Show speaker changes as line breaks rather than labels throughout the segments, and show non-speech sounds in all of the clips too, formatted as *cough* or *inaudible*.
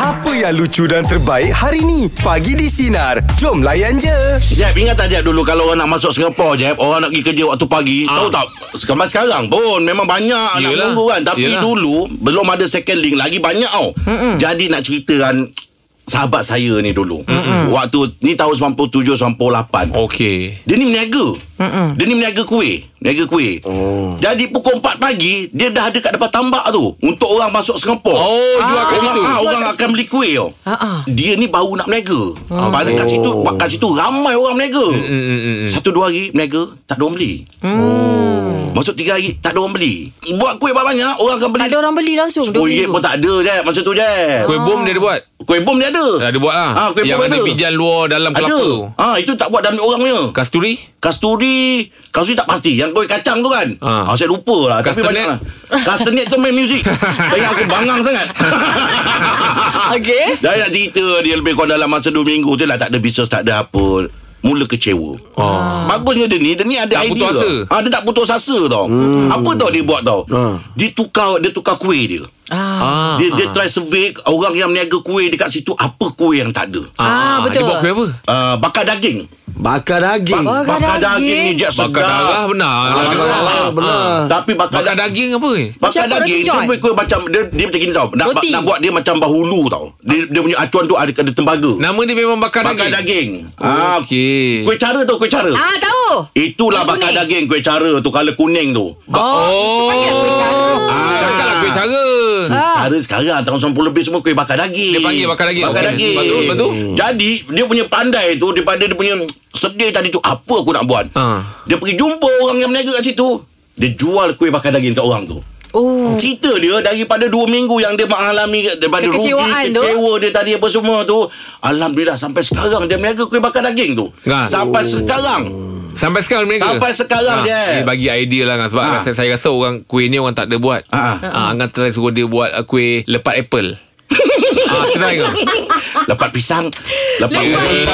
Apa yang lucu dan terbaik hari ni? Pagi di Sinar. Jom layan je.
Jeb ingat tak Jeb dulu Kalau orang nak masuk Singapura Jeb Orang nak pergi kerja waktu pagi ah. Tahu tak Sekarang sekarang pun Memang banyak Yelah. nak
Yelah.
menunggu kan Tapi Yelah.
Yelah.
dulu Belum ada second link Lagi banyak tau Mm-mm. Jadi nak cerita kan Sahabat saya ni dulu Mm-mm. Waktu Ni tahun 97-98
Oh. Okey.
Dia ni meniaga Mm-mm. Dia ni meniaga kuih Meniaga kuih oh. Jadi pukul 4 pagi Dia dah dekat depan tambak tu Untuk orang masuk Singapura
Oh, jual kat
Orang
situ.
ah, orang akan beli kuih tau.
Ah, ah.
Dia ni baru nak berniaga. Oh. Pasal kat situ kat situ ramai orang berniaga.
Mm,
Satu dua hari berniaga tak ada orang beli. Hmm. Masuk tiga hari tak ada orang beli. Buat kuih banyak orang akan beli.
Tak ada orang beli Oh. langsung
RM10
RM20.
pun tak ada je masa tu je.
Kuih bom dia ada buat.
Kuih bom dia ada.
Ada buat lah.
Ah, kuih
Yang
bom
ada
ada.
pijan luar dalam kelapa.
Ada.
tu.
Ah itu tak buat dalam orang punya.
Kasturi?
Kasturi Kasturi tak pasti Yang kuih kacang tu kan ha.
Ha.
ah, Saya lupa lah Tapi
Castanet.
banyak lah Castanet tu main muzik Saya ingat aku bangang sangat
*laughs* Okey.
Dah nak cerita Dia lebih kurang dalam masa 2 minggu tu lah Tak ada bisnes Tak ada apa Mula kecewa
Oh.
Bagusnya dia ni Dia ni ada
Tak
idea
putus asa.
tau. ha, Dia tak putus asa tau hmm. Apa tau dia buat tau ha. Dia tukar Dia tukar kuih dia
Ah.
Ah.
Dia, dia try survey Orang yang meniaga kuih Dekat situ Apa kuih yang tak ada
Ah, betul.
Dia buat kuih apa?
uh, Bakar daging
Bakar daging.
Bak-
Bakar
Bakar
daging.
daging ni Jack
Bakar darah
sedap
benar.
Ah,
Bakar
benar.
darah.
Ah, benar.
Tapi bakar,
Bakar
bakar daging
daging apa? eh?
Bakar
Macam
daging
roti
Dia
john.
buat kuih macam Dia, dia macam gini tau nak,
Roti.
nak buat dia macam bahulu tau Dia, dia punya acuan tu ada, ada tembaga
Nama dia memang bakar,
Bakar
daging.
daging, Ah,
Okey.
Kuih cara tu Kuih cara
Ah, tahu.
Itulah
Kuih
bakar
kuning.
daging Kuih cara tu Kala kuning tu
Ba- oh.
Ah.
Cakaplah kuih cara.
Ah.
Cara sekarang Tahun 90 lebih semua Kuih bakar daging
Dia panggil bakar daging.
Bakar
Okey.
daging
Lepas tu, lepas tu?
Jadi Dia punya pandai tu Daripada dia punya Sedih tadi tu Apa aku nak buat
Ah.
Dia pergi jumpa orang yang meniaga kat situ Dia jual kuih bakar daging kat orang tu
Oh.
Cerita dia daripada dua minggu yang dia mengalami daripada rugi,
Kekecewaan tu.
kecewa dia tadi apa semua tu. Alhamdulillah sampai sekarang dia meniaga kuih bakar daging tu.
Kan?
Sampai sekarang.
Sampai sekarang mereka.
Sampai sekarang je.
Dia bagi idea lah kan sebab
Ah.
ha. saya, saya rasa orang kuih ni orang tak ada buat.
Ah.
Ha. Ha. Angan try suruh dia buat uh, kuih lepat
*laughs*
apple. ah, try ke?
Lepat pisang. Lepat
Eh,
kuih.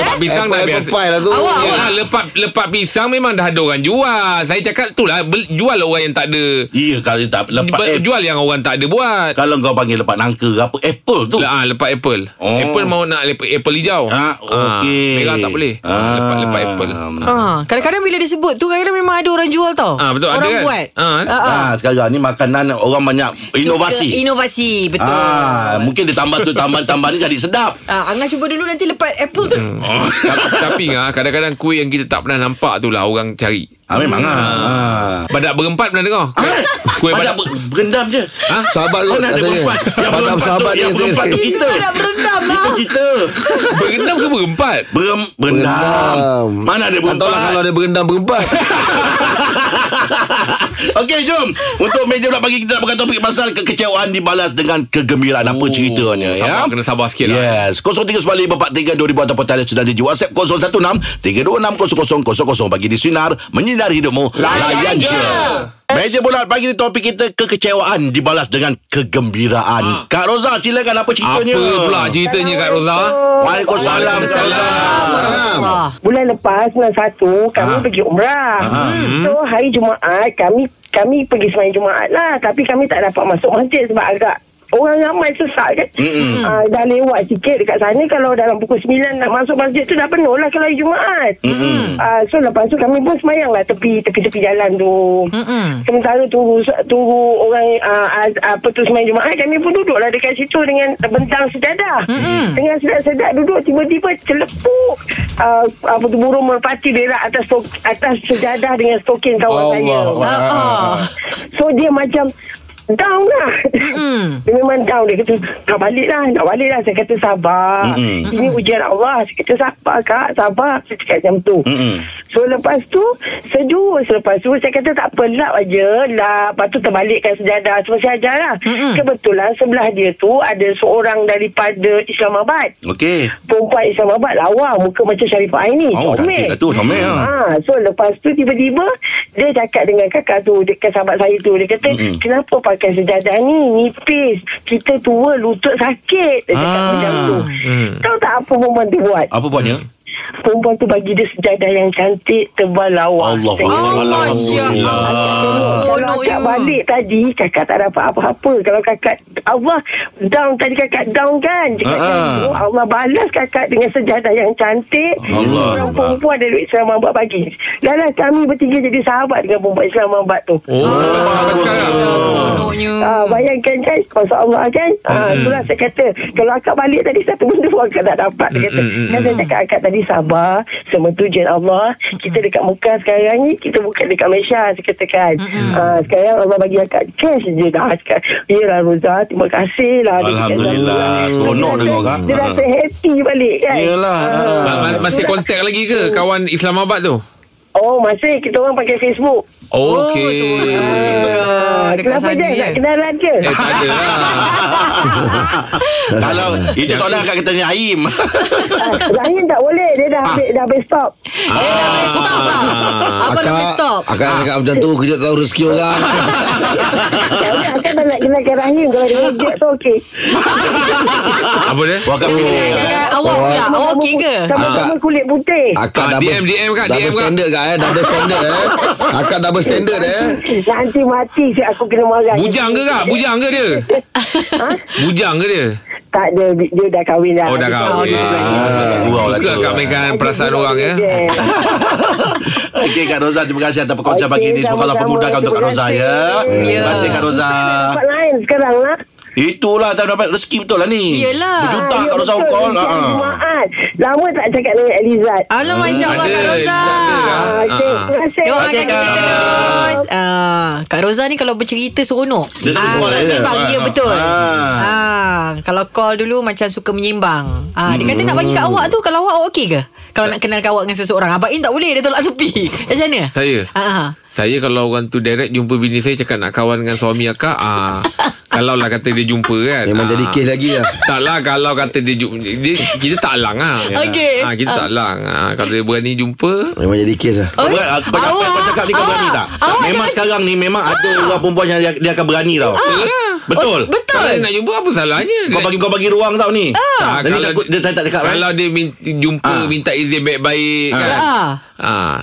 Lepat pisang dah
Apple,
biasa.
apple pie lah tu.
Awak-
Yelah, lepat lepat pisang memang dah ada orang jual. Saya cakap tu lah bel- jual orang yang tak ada
Iya kalau dia tak lepat
Lepat
apple.
jual yang orang tak ada buat.
Kalau kau panggil lepat nangka ke apa apple tu.
Le, ah, lepat apple.
Oh.
Oh. Apple mau nak lepat apple hijau.
Ah, okey.
merah tak boleh. Ah. Lepat lepat apple.
Ah, kadang-kadang bila disebut tu kadang-kadang memang ada orang jual tau.
Ah, betul, ada
orang
kan?
buat.
Ah, eh?
ah. ah.
Ah, sekarang ni makanan orang banyak
Suka
inovasi.
Inovasi, betul.
Ah, mungkin dia tambah tu tambah-tambah ni jadi sedap.
*laughs*
Ah, Angah cuba dulu nanti lepat apple tu.
Hmm.
tapi, tapi ngah, kadang-kadang kuih yang kita tak pernah nampak tu lah orang cari.
Ah memang ah. ah.
Badak berempat pernah dengar? Kuih,
Ah,
kuih badak,
ber- berendam je.
Ha?
Sahabat
Kau Oh,
kot
nak ada
rasanya.
perempuan Yang
Padam
berempat
sahabat
tu Yang
dia saya.
berempat tu kita
*laughs* Kita nak berendam lah.
Itu kita
Berendam ke berempat?
Berem, berendam
Berendam.
Mana ada
Tak tahu
berempat
lah
*laughs*
kalau dia berendam berempat.
Okey jom Untuk meja pula pagi Kita nak berkata topik pasal Kekecewaan dibalas dengan kegembiraan Apa
Oh,
ceritanya ya
sabar, kena sabar sikit lah.
Yes 0395432000 Ataupun talian sudah di WhatsApp 0163260000 Bagi di Sinar Menyinari hidupmu Layan je Meja bulat pagi ni topik kita Kekecewaan dibalas dengan kegembiraan Kak Roza silakan apa ceritanya
Ah. Apa pula ceritanya Kak Roza?
Waalaikumsalam.
Ah.
Bulan lepas 91 kami
Aha.
Aha. pergi umrah. Hmm. So hari Jumaat kami kami pergi sembahyang Jumaat lah tapi kami tak dapat masuk masjid sebab agak orang ramai sesak kan. Hmm. Uh, dah lewat sikit dekat sana kalau dalam pukul 9 nak masuk masjid tu dah penuh lah kalau hari Jumaat. Hmm. Uh, so lepas tu kami pun sembahyang lah tepi tepi-tepi jalan tu.
Mm-mm.
Sementara tunggu tunggu orang uh, az- apa tu sembahyang Jumaat kami pun duduklah dekat situ dengan bentang sejadah. Mm-hmm. Dengan sedap-sedap duduk tiba-tiba celepuk uh, apa tu burung merpati berak atas stok, atas sejadah dengan stokin kawan
Allah
saya.
Allah.
Ah, ah.
So dia macam down lah.
Mm.
*laughs* Dia memang down Dia kata Nak balik lah Nak balik lah Saya kata sabar
Mm-mm.
Ini ujian Allah Saya kata sabar kak Sabar Saya cakap macam tu
Mm-mm.
So lepas tu Sejuk Selepas tu Saya kata tak apa Lap aja Lap Lepas tu terbalikkan sejadah Cuma saya ajar lah
Mm-mm.
Kebetulan sebelah dia tu Ada seorang daripada Islamabad
Okey.
perempuan Islamabad lawa muka macam Sharifah Aini
Oh, cantik lah tu, comel lah.
ha, so lepas tu tiba-tiba dia cakap dengan kakak tu dekat sahabat saya tu dia kata
Mm-mm.
mm kenapa pakai sejadah ni nipis kita tua lutut sakit dia cakap
Ah. mm.
macam tu
Hmm.
tahu tak apa perempuan tu buat
Apa buatnya?
perempuan tu bagi dia sejadah yang cantik tebal lawa.
Allah
Ah,
Saya-
Allah Allah
Masya
Allah.
Allah.
kalau
Seronok
akak
you.
balik tadi Kakak tak dapat apa-apa Kalau kakak Allah down Tadi kakak down kan Dia kata,
Ah.
"Oh, Allah balas kakak Dengan sejadah yang cantik
Allah.
Orang perempuan ada duit Islamabad bagi Dan lah kami bertiga jadi sahabat Dengan perempuan Islamabad tu
Oh, sampai sekarang.
Seronoknya.
Ah, bayangkan kan Masa Allah kan ah, Itulah saya kata Kalau akak balik tadi Satu benda pun akak tak dapat Dia kata Kan saya cakap akak tadi sabar Semua tujuan Allah Kita dekat Mekah sekarang ni Kita bukan dekat Malaysia Saya kata kan ah, Sekarang Allah bagi akak Cash je dah Cakap Yelah Roza Terima kasih lah Dia cakap,
Alhamdulillah. Seronok
Dia
dengar,
rasa-
Kak.
Dia
Ah.
rasa happy balik kan
Yelah.
Ah.
Ma- ma- Masih kontak lagi ke kawan Islamabad tu?
Oh masih Kita orang pakai Facebook
Oh,
Okey.
seronok.
Ah,
Dekat
Kenapa
sana
dia
ya.
Nak kenalan ke
Eh, tak ada lah.
*laughs* Kalau itu soalan akan kita tanya
*laughs*
Aim.
*laughs* Ah, Rahim tak boleh Dia dah habis Dah habis stop
Eh, Stop lah. Abang dah boleh stop.
Ah. Akak nak cakap macam tu Kita tak tahu rezeki orang
Saya akan tak nak kan kenalkan Rahim Kalau dia reject tu okey
Apa dia?
Wah kat
Jangan- Awak pula. Awak Ya, oh, okey ke?
Sama-sama kulit putih
Akak
Ah, DM, DM, Kak,
Double
DM, Kak.
standard kak eh Double standard eh Akak double standard eh
*laughs* Nanti mati si aku kena marah
Bujang ke kak? Bujang ke dia? Bujang ke dia?
Tak ada Dia dah kahwin dah
Oh dah kau.
kahwin.
Gurau lah
Suka
tu.
kak mainkan perasaan orang ya.
Okey Kak Roza Terima kasih atas perkongsian
Okey,
pagi ni Semoga Allah
sama-sama.
pemudahkan untuk Kak
Terima
Roza
kasih.
ya
Ya.
Terima kasih Kak Roza
Tempat lain sekarang lah
Itulah tak dapat rezeki betul lah ni
Yelah.
Berjuta Kak
Ya,
Roza
betul.
call
ah,
Dia
ha.
Jumaat Lama tak cakap dengan Elizad
Alah, Masya Allah,
Ada,
Kak Rosa.
ada,
Ah,
Ah,
okey,
ah.
Terima kasih
Doakan
Okey,
kita
Kak.
terus. Ah, Kak Rosa ni kalau bercerita seronok.
Dia suka call,
dia
ya.
bahagia
Ah,
betul.
ah.
Ah, kalau call dulu macam suka menyimbang. Ah, dia kata nak bagi
Hmm.
kat awak tu kalau awak awak okey ke? Kalau nak kenal awak dengan seseorang Abang Im tak boleh Dia tolak tepi *laughs* Macam mana?
Saya?
ah,
Saya kalau orang tu direct jumpa bini saya cakap nak kawan dengan suami akak ah kalau lah kata dia jumpa kan.
Memang
ah.
jadi kes lagi lah
Tak lah kalau kata dia, jumpa, dia kita tak lang ah.
Okey.
Ah kita tak lang. Ah kalau dia berani jumpa
Memang jadi kes lah
Kau berani- aku cakap,
awak,
kau cakap ni kau
Oh, awak,
berani tak?
awak
memang
jangan- Ah.
sekarang ni memang ada orang perempuan yang dia, dia akan berani tau. Betul.
Oh, betul.
Kalau dia nak jumpa apa salahnya?
Kau
Dia-
bagi kau bagi ruang tau ni.
Ah,
Dan ni
kalau-
takut dia saya tak cakap kan.
Kalau dia minta, jumpa
Ah.
minta izin baik-baik kan.
Ah.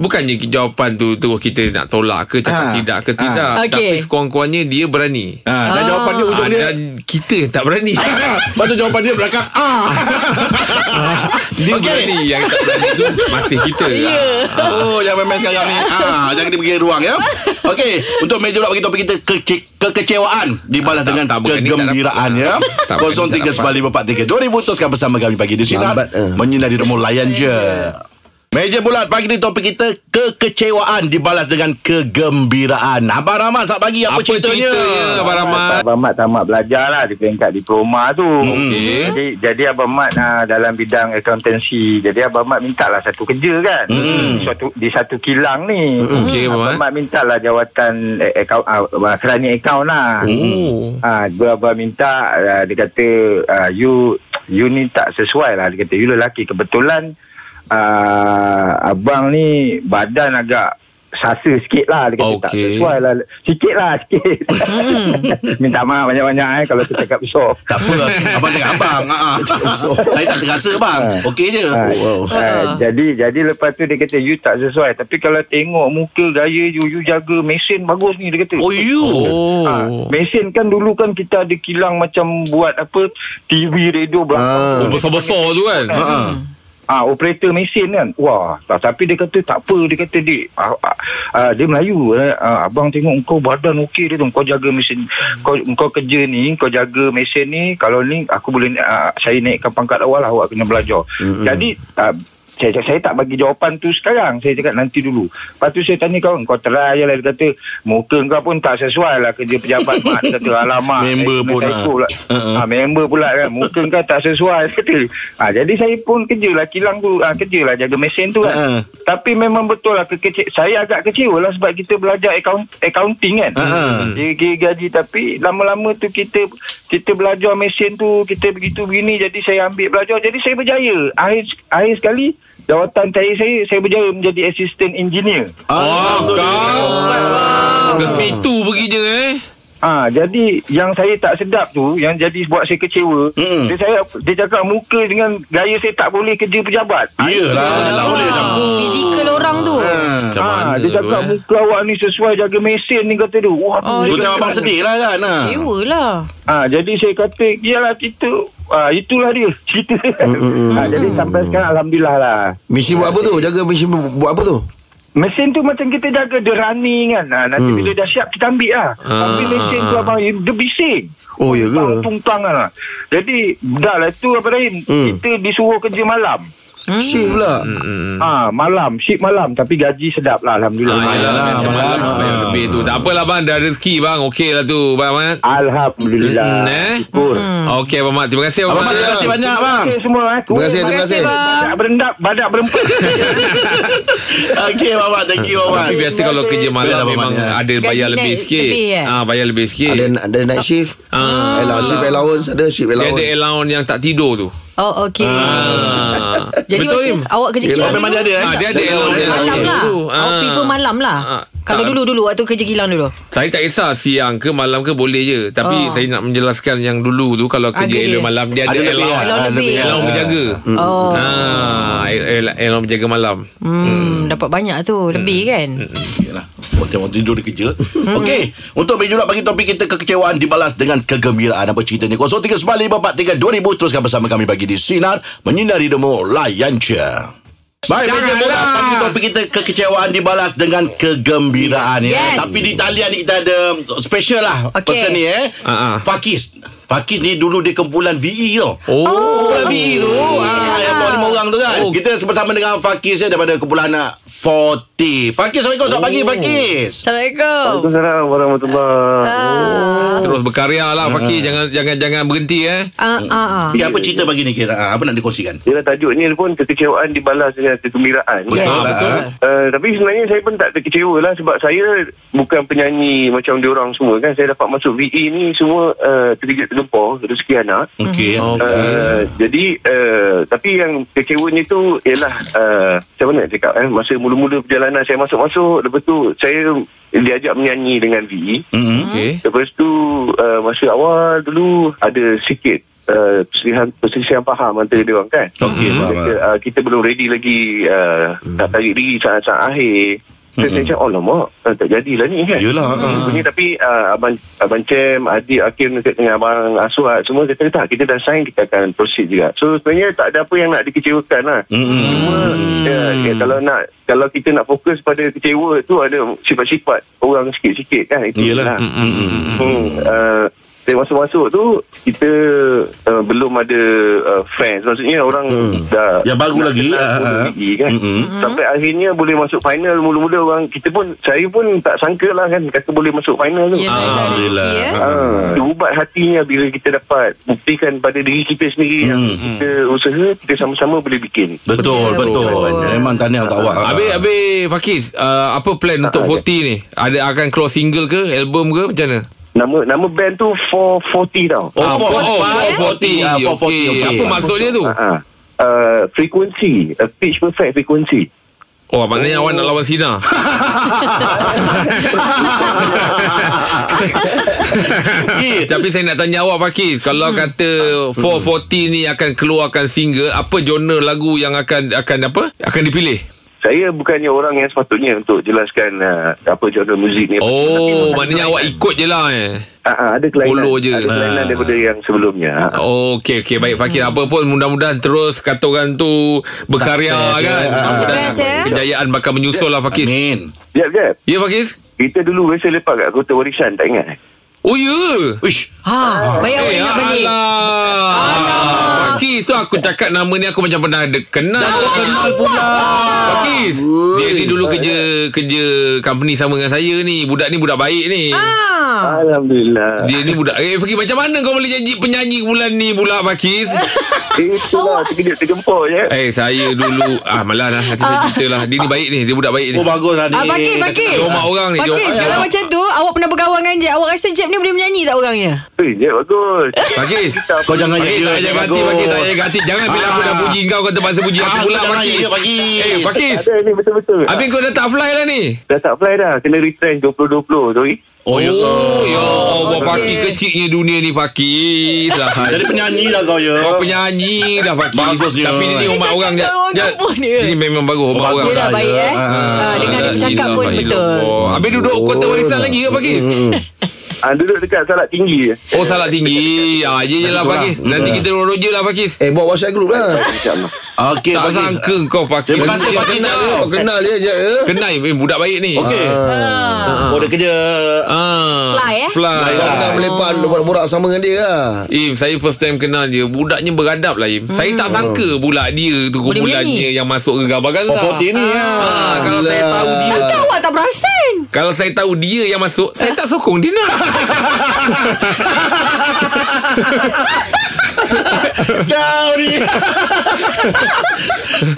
Bukannya jawapan tu terus kita nak tolak ke
Ah.
cakap tidak ke tidak.
Okey.
Tapi sekurang-kurangnya dia berani.
Ah, dan jawapan dia ujung
Ah,
dia. Ah.
dan kita yang tak berani.
Lepas tu jawapan dia belakang. Ah.
dia
Okey.
berani yang tak berani tu masih kita. Ya.
Oh, jangan main sekarang ni. Ah, jangan dia bagi ruang ya. Okey, untuk meja pula bagi topik kita kece- kekecewaan dibalas
Ah, tak-
dengan
tak, bukan ni, tak
kegembiraan
dapat.
ya.
Tak, bukan ni, tak
0395432000 teruskan bersama kami pagi di sini.
Lambat, eh.
Menyinari demo layan je. Meja bulat pagi ni topik kita kekecewaan dibalas dengan kegembiraan. Abang Rahmat saat pagi apa,
Apa ceritanya Abang Rahmat?
Abang Mat tamat belajar lah di peringkat diploma tu.
Okey.
Jadi, jadi Abang Mat uh, dalam bidang accountancy. Jadi Abang Mat mintalah satu kerja kan. Di, suatu, di satu kilang ni.
Okey, Abang
Abang
Mat.
Mat mintalah jawatan eh, account, uh, kerani account lah.
Oh.
Ah, ha, abang minta uh, dia kata uh, you you ni tak sesuai lah dia kata you lelaki kebetulan uh, abang ni badan agak sasa sikit lah dia kata okay. tak
Okey.
sesuai lah sikit lah sikit *laughs* minta maaf banyak-banyak eh kalau tu cakap besar
Tak apa. abang cakap abang. Ah, ah. Saya tak terasa bang. Okey je.
Ah,
Oh,
Wow.
ah, jadi jadi lepas tu dia kata you tak sesuai tapi kalau tengok muka gaya you you jaga mesin bagus ni dia kata
Oh you.
Oh.
Ha, mesin kan dulu kan kita ada kilang macam buat apa TV radio
Ah.
belakang.
Oh, Besar-besar tu kan.
Ha.
Ah.
Ah ha, operator mesin kan. Wah, tak, tapi dia kata tak apa, dia kata dik. Ah, ah, ah, dia Melayu eh. Ah, abang tengok kau badan okey dia tu. Kau jaga mesin
Hmm.
kau kau kerja ni, kau jaga mesin ni. Kalau ni aku boleh ah, saya naikkan pangkat awal lah, awak kena belajar.
Hmm.
Mm-hmm. Jadi ah, saya, saya tak bagi jawapan tu sekarang Saya cakap nanti dulu Lepas tu saya tanya kau Kau try je lah Dia kata Muka kau pun tak sesuai lah Kerja pejabat *laughs* mak Dia kata alamak
Member
saya kena
pun,
typo
ah.
pula.
Uh-uh.
Ha, member pula kan Muka kau tak sesuai *laughs* Dia kata ha, Jadi saya pun kerjalah Kilang tu ha, Kerjalah jaga mesin tu kan
Uh-uh.
Tapi memang betul lah kekece- Saya agak kecewa lah Sebab kita belajar account- accounting kan
Uh-uh.
Kira-kira gaji Tapi lama-lama tu kita Kita belajar mesin tu Kita begitu begini Jadi saya ambil belajar Jadi saya berjaya Akhir, akhir sekali
Jawatan saya saya saya berjaya menjadi assistant engineer.
Oh,
Ah.
kau. Ke situ perginya eh.
Ah, jadi yang saya tak sedap tu yang jadi buat saya kecewa,
Mm-mm.
dia saya dia cakap muka dengan gaya saya tak boleh kerja pejabat.
Yelah Tak boleh tak boleh.
Fizikal orang tu
Macam
Ah,
mana
dia
tu
cakap
eh.
muka awak ni sesuai jaga mesin ni kata dia. Wah,
Oh,
dia
Tu tengok
kata-
abang sedih lah kan ha.
Dewa lah
Ah, jadi saya kata, iyalah itu ah, itulah dia *laughs* cerita. ah, jadi sampai sekarang alhamdulillah lah.
Mesin buat apa tu? Jaga mesin bu- buat apa tu?
Mesin tu macam kita jaga dia running kan. Ah, nanti bila dah siap kita ambil lah. Ambil mesin tu abang dia bising.
Oh, ya ke?
Tungtang kan lah. Jadi dah lah tu apa Rahim. Kita disuruh kerja malam.
Shift pula.
Ah, malam, shift malam tapi gaji sedap lah alhamdulillah.
Ah, yelah,
Ayolah,
macam
malam.
mana bayar Ah, lebih tu. Tak apalah bang, dah rezeki bang. Okey lah tu, bang Mat.
Alhamdulillah.
Hmm, eh?
Syukur.
Okey, bang Mat. Terima kasih,
Abang
bang
Mat,
Mat.
terima kasih banyak bang
Okay, semua eh.
Terima kasih, terima kasih.
Badak berendap, badak berempat.
Okay bang Mat, Thank you bang Mat.
*laughs* Tapi biasa kalau kerja
Betul
malam
lah, Abang
memang
Mat, ya.
ada bayar
Gaji
lebih
naik
sikit.
lebih, eh?
Ah, bayar lebih sikit.
Ada ada night shift.
Ah.
Allowance, shift allowance ada shift
Dia ada
allowance.
allowance yang tak tidur tu.
Oh okey
Ah.
Jadi
Betul,
masa
Im?
awak kerja
Oh
kilang
memang dia
dulu?
ada eh
Ah, dia ada allowance.
Malam
Dia
lah
ada.
Awak
Ah.
prefer malam lah
Ah.
Kalau
Ah.
dulu-dulu Waktu kerja kilang dulu
Saya tak kisah siang ke malam ke boleh je. Tapi
Oh. Ah,
saya nak menjelaskan yang dulu tu kalau
Ada
kerja
dia.
elok malam dia ada
Ada lebih,
allowance.
ah,
Allowance lebih.
Allowance berjaga.
Oh
Ah, el- allowance berjaga malam.
Hmm, dapat banyak tu Lebih kan
Hmm.
Yelah Waktu-waktu tidur dia kerja
Hmm.
Okey Untuk meja pula bagi topik kita Kekecewaan dibalas dengan kegembiraan Apa ceritanya 0395432000 Teruskan bersama kami bagi di Sinar Menyinari Demo Layan je Baik, meja
Janganlah.
bola pagi topik kita kekecewaan dibalas dengan kegembiraan
Yes.
ya. Tapi di talian ni kita ada special lah
Okey.
person ni eh.
Ah, ah.
Fakis. Fakis ni dulu dia kumpulan E, VE tau.
Oh.
Kumpulan VE tu ah, Yang bawa lima orang tu kan
Oh.
Kita bersama dengan Fakis ya, Daripada kumpulan anak 40 Fakis Assalamualaikum Selamat pagi Fakis
Assalamualaikum
Assalamualaikum warahmatullahi
Ah,
Terus berkarya lah
Ah.
Fakir Jangan jangan jangan berhenti eh
ah, ah, ah.
Ya, apa cerita pagi ni kita? Ah, Apa nak dikongsikan?
Yelah tajuk ni pun kekecewaan dibalas dengan kegembiraan.
Betul
Ah,
lah,
betul.
ah.
Uh, tapi sebenarnya saya pun tak terkecewa lah sebab saya bukan penyanyi macam diorang semua kan. Saya dapat masuk VE ni semua uh, terkejut tergempor, rezeki anak.
Okey.
Okey.
Uh, jadi uh, tapi yang kecewanya tu ialah uh, macam mana nak cakap eh masa mula-mula perjalanan saya masuk-masuk lepas tu saya diajak menyanyi dengan E. VE
Mm-mm.
Okey
Lepas tu uh, masa awal dulu ada sikit uh, perselisihan, perselisihan faham antara dia orang kan.
Okey, faham, Hmm.
kita, uh, kita belum ready lagi uh, nak tarik diri saat-saat akhir. Saya saya cakap, oh lama, tak jadilah ni kan.
Yelah, ah.
Hmm. Bunyi, tapi uh, Abang, Abang Cem, Adik, Hakim dekat dengan Abang Aswad, semua kata tak, kita dah sign, kita akan proceed juga. So sebenarnya tak ada apa yang nak dikecewakan lah.
Mm-mm.
Cuma ya, ya, kalau nak kalau kita nak fokus pada kecewa tu ada sifat-sifat orang sikit-sikit kan itu je
Yelah.
lah. Hmm, uh, saya masuk-masuk tu kita uh, belum ada uh, friends maksudnya orang dah
Yang baru
nak
lagi,
kenal
ah,
baru
ah.
lagi kan
Mm-mm.
sampai akhirnya boleh masuk final mula-mula orang kita pun saya pun tak sangka lah kan kata boleh masuk final tu
Ah,
Yelah, yelah,
Alhamdulillah.
rezeki, eh.
Ah, terubat hatinya bila kita dapat buktikan pada diri kita sendiri yang kita usaha kita sama-sama boleh bikin
Betul,
Ya,
betul.
betul.
Memang tahniah untuk awak.
Ah. Habis, habis Fakir uh, Apa plan untuk 40 ni? Ada akan keluar single ke? Album ke? Macam mana?
Nama nama band tu 440 tau.
Oh,
Ah,
four-
oh,
five-
440
ah,
Okey.
440, okey.
Apa maksud dia tu?
Ha. Uh, frequency, uh, pitch perfect frequency.
Oh maknanya awak nak lawan Sina
Eh,
Tapi saya nak tanya awak Fakir Kalau kata 440 ni akan keluarkan single Apa genre lagu yang akan akan apa? Akan dipilih?
Saya bukannya orang yang sepatutnya untuk jelaskan uh, apa genre muzik ni.
Oh maknanya awak ikut je lah eh
Ha, ha, ada kelainan.
Follow je.
Ada
Ah.
kelainan daripada yang sebelumnya. Ha.
Okey okey baik Fakir
Hmm.
apa pun mudah-mudahan terus kata orang tu berkarya
Sukses,
kan.
ya.
Mudah-mudahan
Sukses, ya.
kejayaan bakal menyusul lah Fakir.
Amin.
Jap, jap.
Ya Fakir?
Kita dulu biasa lepak kat Kota Warisan, tak ingat?
Oh ya.
Uish.
Ha, baik awak ingat
Eh,
balik
alah. Fakir so aku cakap nama ni aku macam pernah ada kenal.
Kenal pula.
Fakir. Dia ni dulu kerja kerja company sama dengan saya ni. Budak ni budak baik ni.
Ah.
Alhamdulillah
Dia ni budak Eh Fakir macam mana kau boleh janji penyanyi bulan ni pula
*laughs*
Fakir
Itulah terkejut tergempur je
ya.
Eh saya dulu Ah malah lah Nanti saya cerita lah Dia ni baik ni Dia budak baik ni
Oh bagus tadi.
Ah, Fakir, Fakir.
Dia hormat orang ni dia
Pakis,
hormat-
kalau macam tu, awak pernah berkawan dengan Jeb. Awak rasa Jeb ni boleh menyanyi tak orangnya?
Eh, je bagus
Fakir
Kau jangan
Fakir
jadi
tak payah hati Fakir tak payah hati Jangan bila aku dah
Ah.
puji kau Kau terpaksa puji Ah, aku pula Fakir
pagi.
Eh Fakir
Ada ni betul-betul
Habis kau dah tak fly lah ni
Dah tak fly dah Kena retrench 2020 Sorry
Oh, ya ke?
Oh ya Allah
Okey.
Fakir kecilnya dunia ni Fakir
Jadi
Lah
penyanyi lah kau ya.
Kau penyanyi dah Fakir
Bagusnya.
Tapi dia ni hormat
Dia
orang
cakap orang
Jeb.
kampung dia.
Dia ni memang bagus lah. hormat
Oh,
orang
Dia dah
ya.
baik eh.
Ah.
Ah, Dengan dia bercakap pun
Alhamdulillah. Hmm,
betul.
Oh, Habis duduk kota warisan lagi ke pagi?
ha, Duduk dekat salak tinggi je
Oh salah tinggi. Ah ya je lah pagi. Nanti kita roll je lah pagi.
Eh buat WhatsApp group lah
InsyaAllah
Okey,
Tak
Fakir.
sangka kau pagi.
Terima kasih Fakir.
Kau kenal dia je ya?
Kenal eh, budak baik ni.
Okey. Oh, dia kerja.
Ah.
Fly, eh?
Fly.
Kau pernah melepak Borak-borak sama dengan dia lah
Im, saya first time kenal dia. Budaknya beradab lah Im. Saya tak sangka pula dia tu
Hmm. Boleh
kumpulannya
menyanyi.
yang masuk ke gambar Gaza.
Popoti uh, ni
Ah,
ya.
kalau saya tahu dia
Takkan awak tak perasan?
Kalau saya tahu dia yang masuk Saya tak sokong dia nak *laughs*
Kau ni.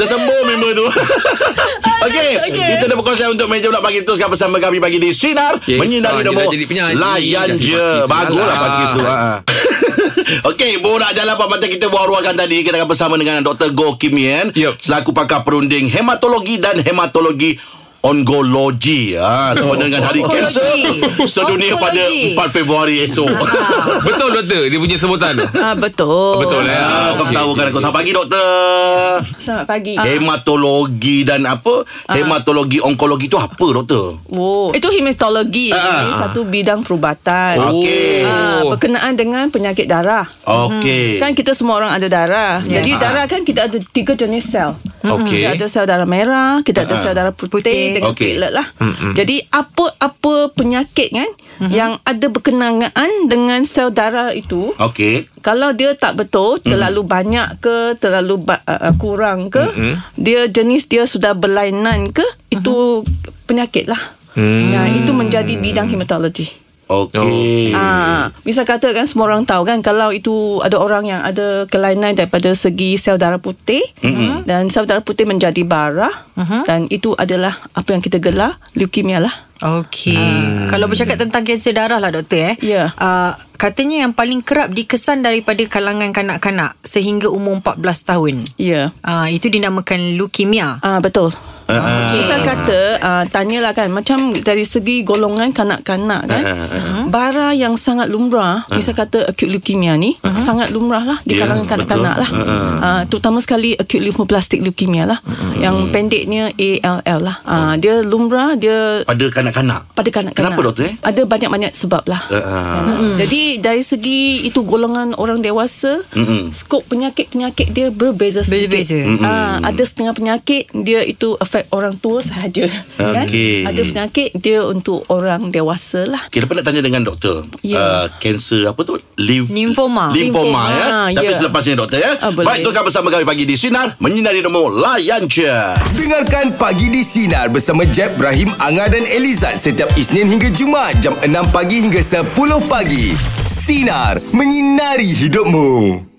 Tersembur member tu.
Oh,
Okey,
Okey.
kita dah berkongsi untuk meja pula pagi teruskan bersama kami bagi di Sinar
Okey,
menyinari
Sah, dia
nombor
dah jadi penyanyi.
layan
Dah
je.
sifat kisah
Baguslah
lah.
pagi tu.
*laughs*
ha. Okey, borak jalan apa macam kita buat ruangkan tadi kita akan bersama dengan Dr. Goh Kim Yen
Yup.
selaku pakar perunding hematologi dan hematologi Onkologi ha, Sama
Oh.
dengan hari
Onkologi.
kanser Sedunia pada
Onkologi.
4 Februari esok
Betul doktor Dia punya sebutan tu
Ah, betul.
Betul eh
Ah, Kau
Okey,
tahu kan aku
okey, okey. Ah.
Selamat pagi doktor
Selamat pagi. Ah.
Hematologi dan apa? Hematologi onkologi tu apa doktor?
Oh. Itu hematologi.
Ah.
Ini satu
Oh.
bidang perubatan.
Okey.
Ah, berkenaan dengan penyakit darah.
Okey.
Kan kita semua orang ada darah.
Yes.
Jadi darah kan kita ada tiga jenis sel.
Hmm.
Hmm,
Okey.
Kita ada sel darah merah, kita ada sel darah putih,
Putih.
dengan
Okey.
platelet lah. Jadi apa-apa penyakit kan yang ada berkenaan dengan sel darah itu,
Okey.
kalau dia tak betul, terlalu banyak ke, terlalu ba- uh, kurang ke, dia jenis dia sudah berlainan ke, itu penyakit lah. Ya, itu menjadi bidang hematologi.
Okey.
Oh.
Ah, bisa kata kan semua orang tahu kan kalau itu ada orang yang ada kelainan daripada segi sel darah putih mm-hmm. dan sel darah putih menjadi bara mm-hmm. dan itu adalah apa yang kita gelar leukemia lah.
Okey. Kalau bercakap tentang kanser darah lah doktor eh.
Ah. Ya.
Uh, katanya yang paling kerap dikesan daripada kalangan kanak-kanak sehingga umur 14 tahun.
Ya. Yeah.
Ah, itu dinamakan leukemia.
Ah betul.
Ah,
Uh, Misal kata uh, tanyalah kan macam dari segi golongan kanak-kanak kan.
Ah,
Uh, bara yang sangat lumrah, uh, misal kata acute leukemia ni uh, sangat lumrah lah
Ah.
di
Ya, betul.
kalangan
ah.
kanak-kanak lah. Uh, uh, terutama sekali acute lymphoblastic leukemia lah. Uh, yang pendeknya ALL lah. Uh, dia lumrah dia
Pada kanak-kanak.
pada kanak-kanak.
Kenapa, doktor, eh?
Ada banyak-banyak sebab lah.
Uh, uh,
Mm. Jadi dari segi itu golongan orang dewasa,
Mm-mm.
skop penyakit-penyakit dia berbeza sedikit.
Berbeza.
Ah, ada setengah penyakit dia itu affect orang tua sahaja. Kan?
Okey.
Ada penyakit dia untuk orang dewasa lah.
kita pernah tanya dengan doktor
Ya.
uh, Kanser apa tu? Lymph-
Lymphoma.
Lymphoma
Lymphoma,
ya Tapi
ya.
selepasnya doktor ya
Ah, boleh.
Baik tukar bersama kami pagi di Sinar Menyinari nombor Layan je
Dengarkan Pagi di Sinar bersama Jeb, Ibrahim, Anga dan Elizad setiap Isnin hingga Jumaat jam 6 pagi hingga 10 pagi. Sinar. Menyinari hidupmu.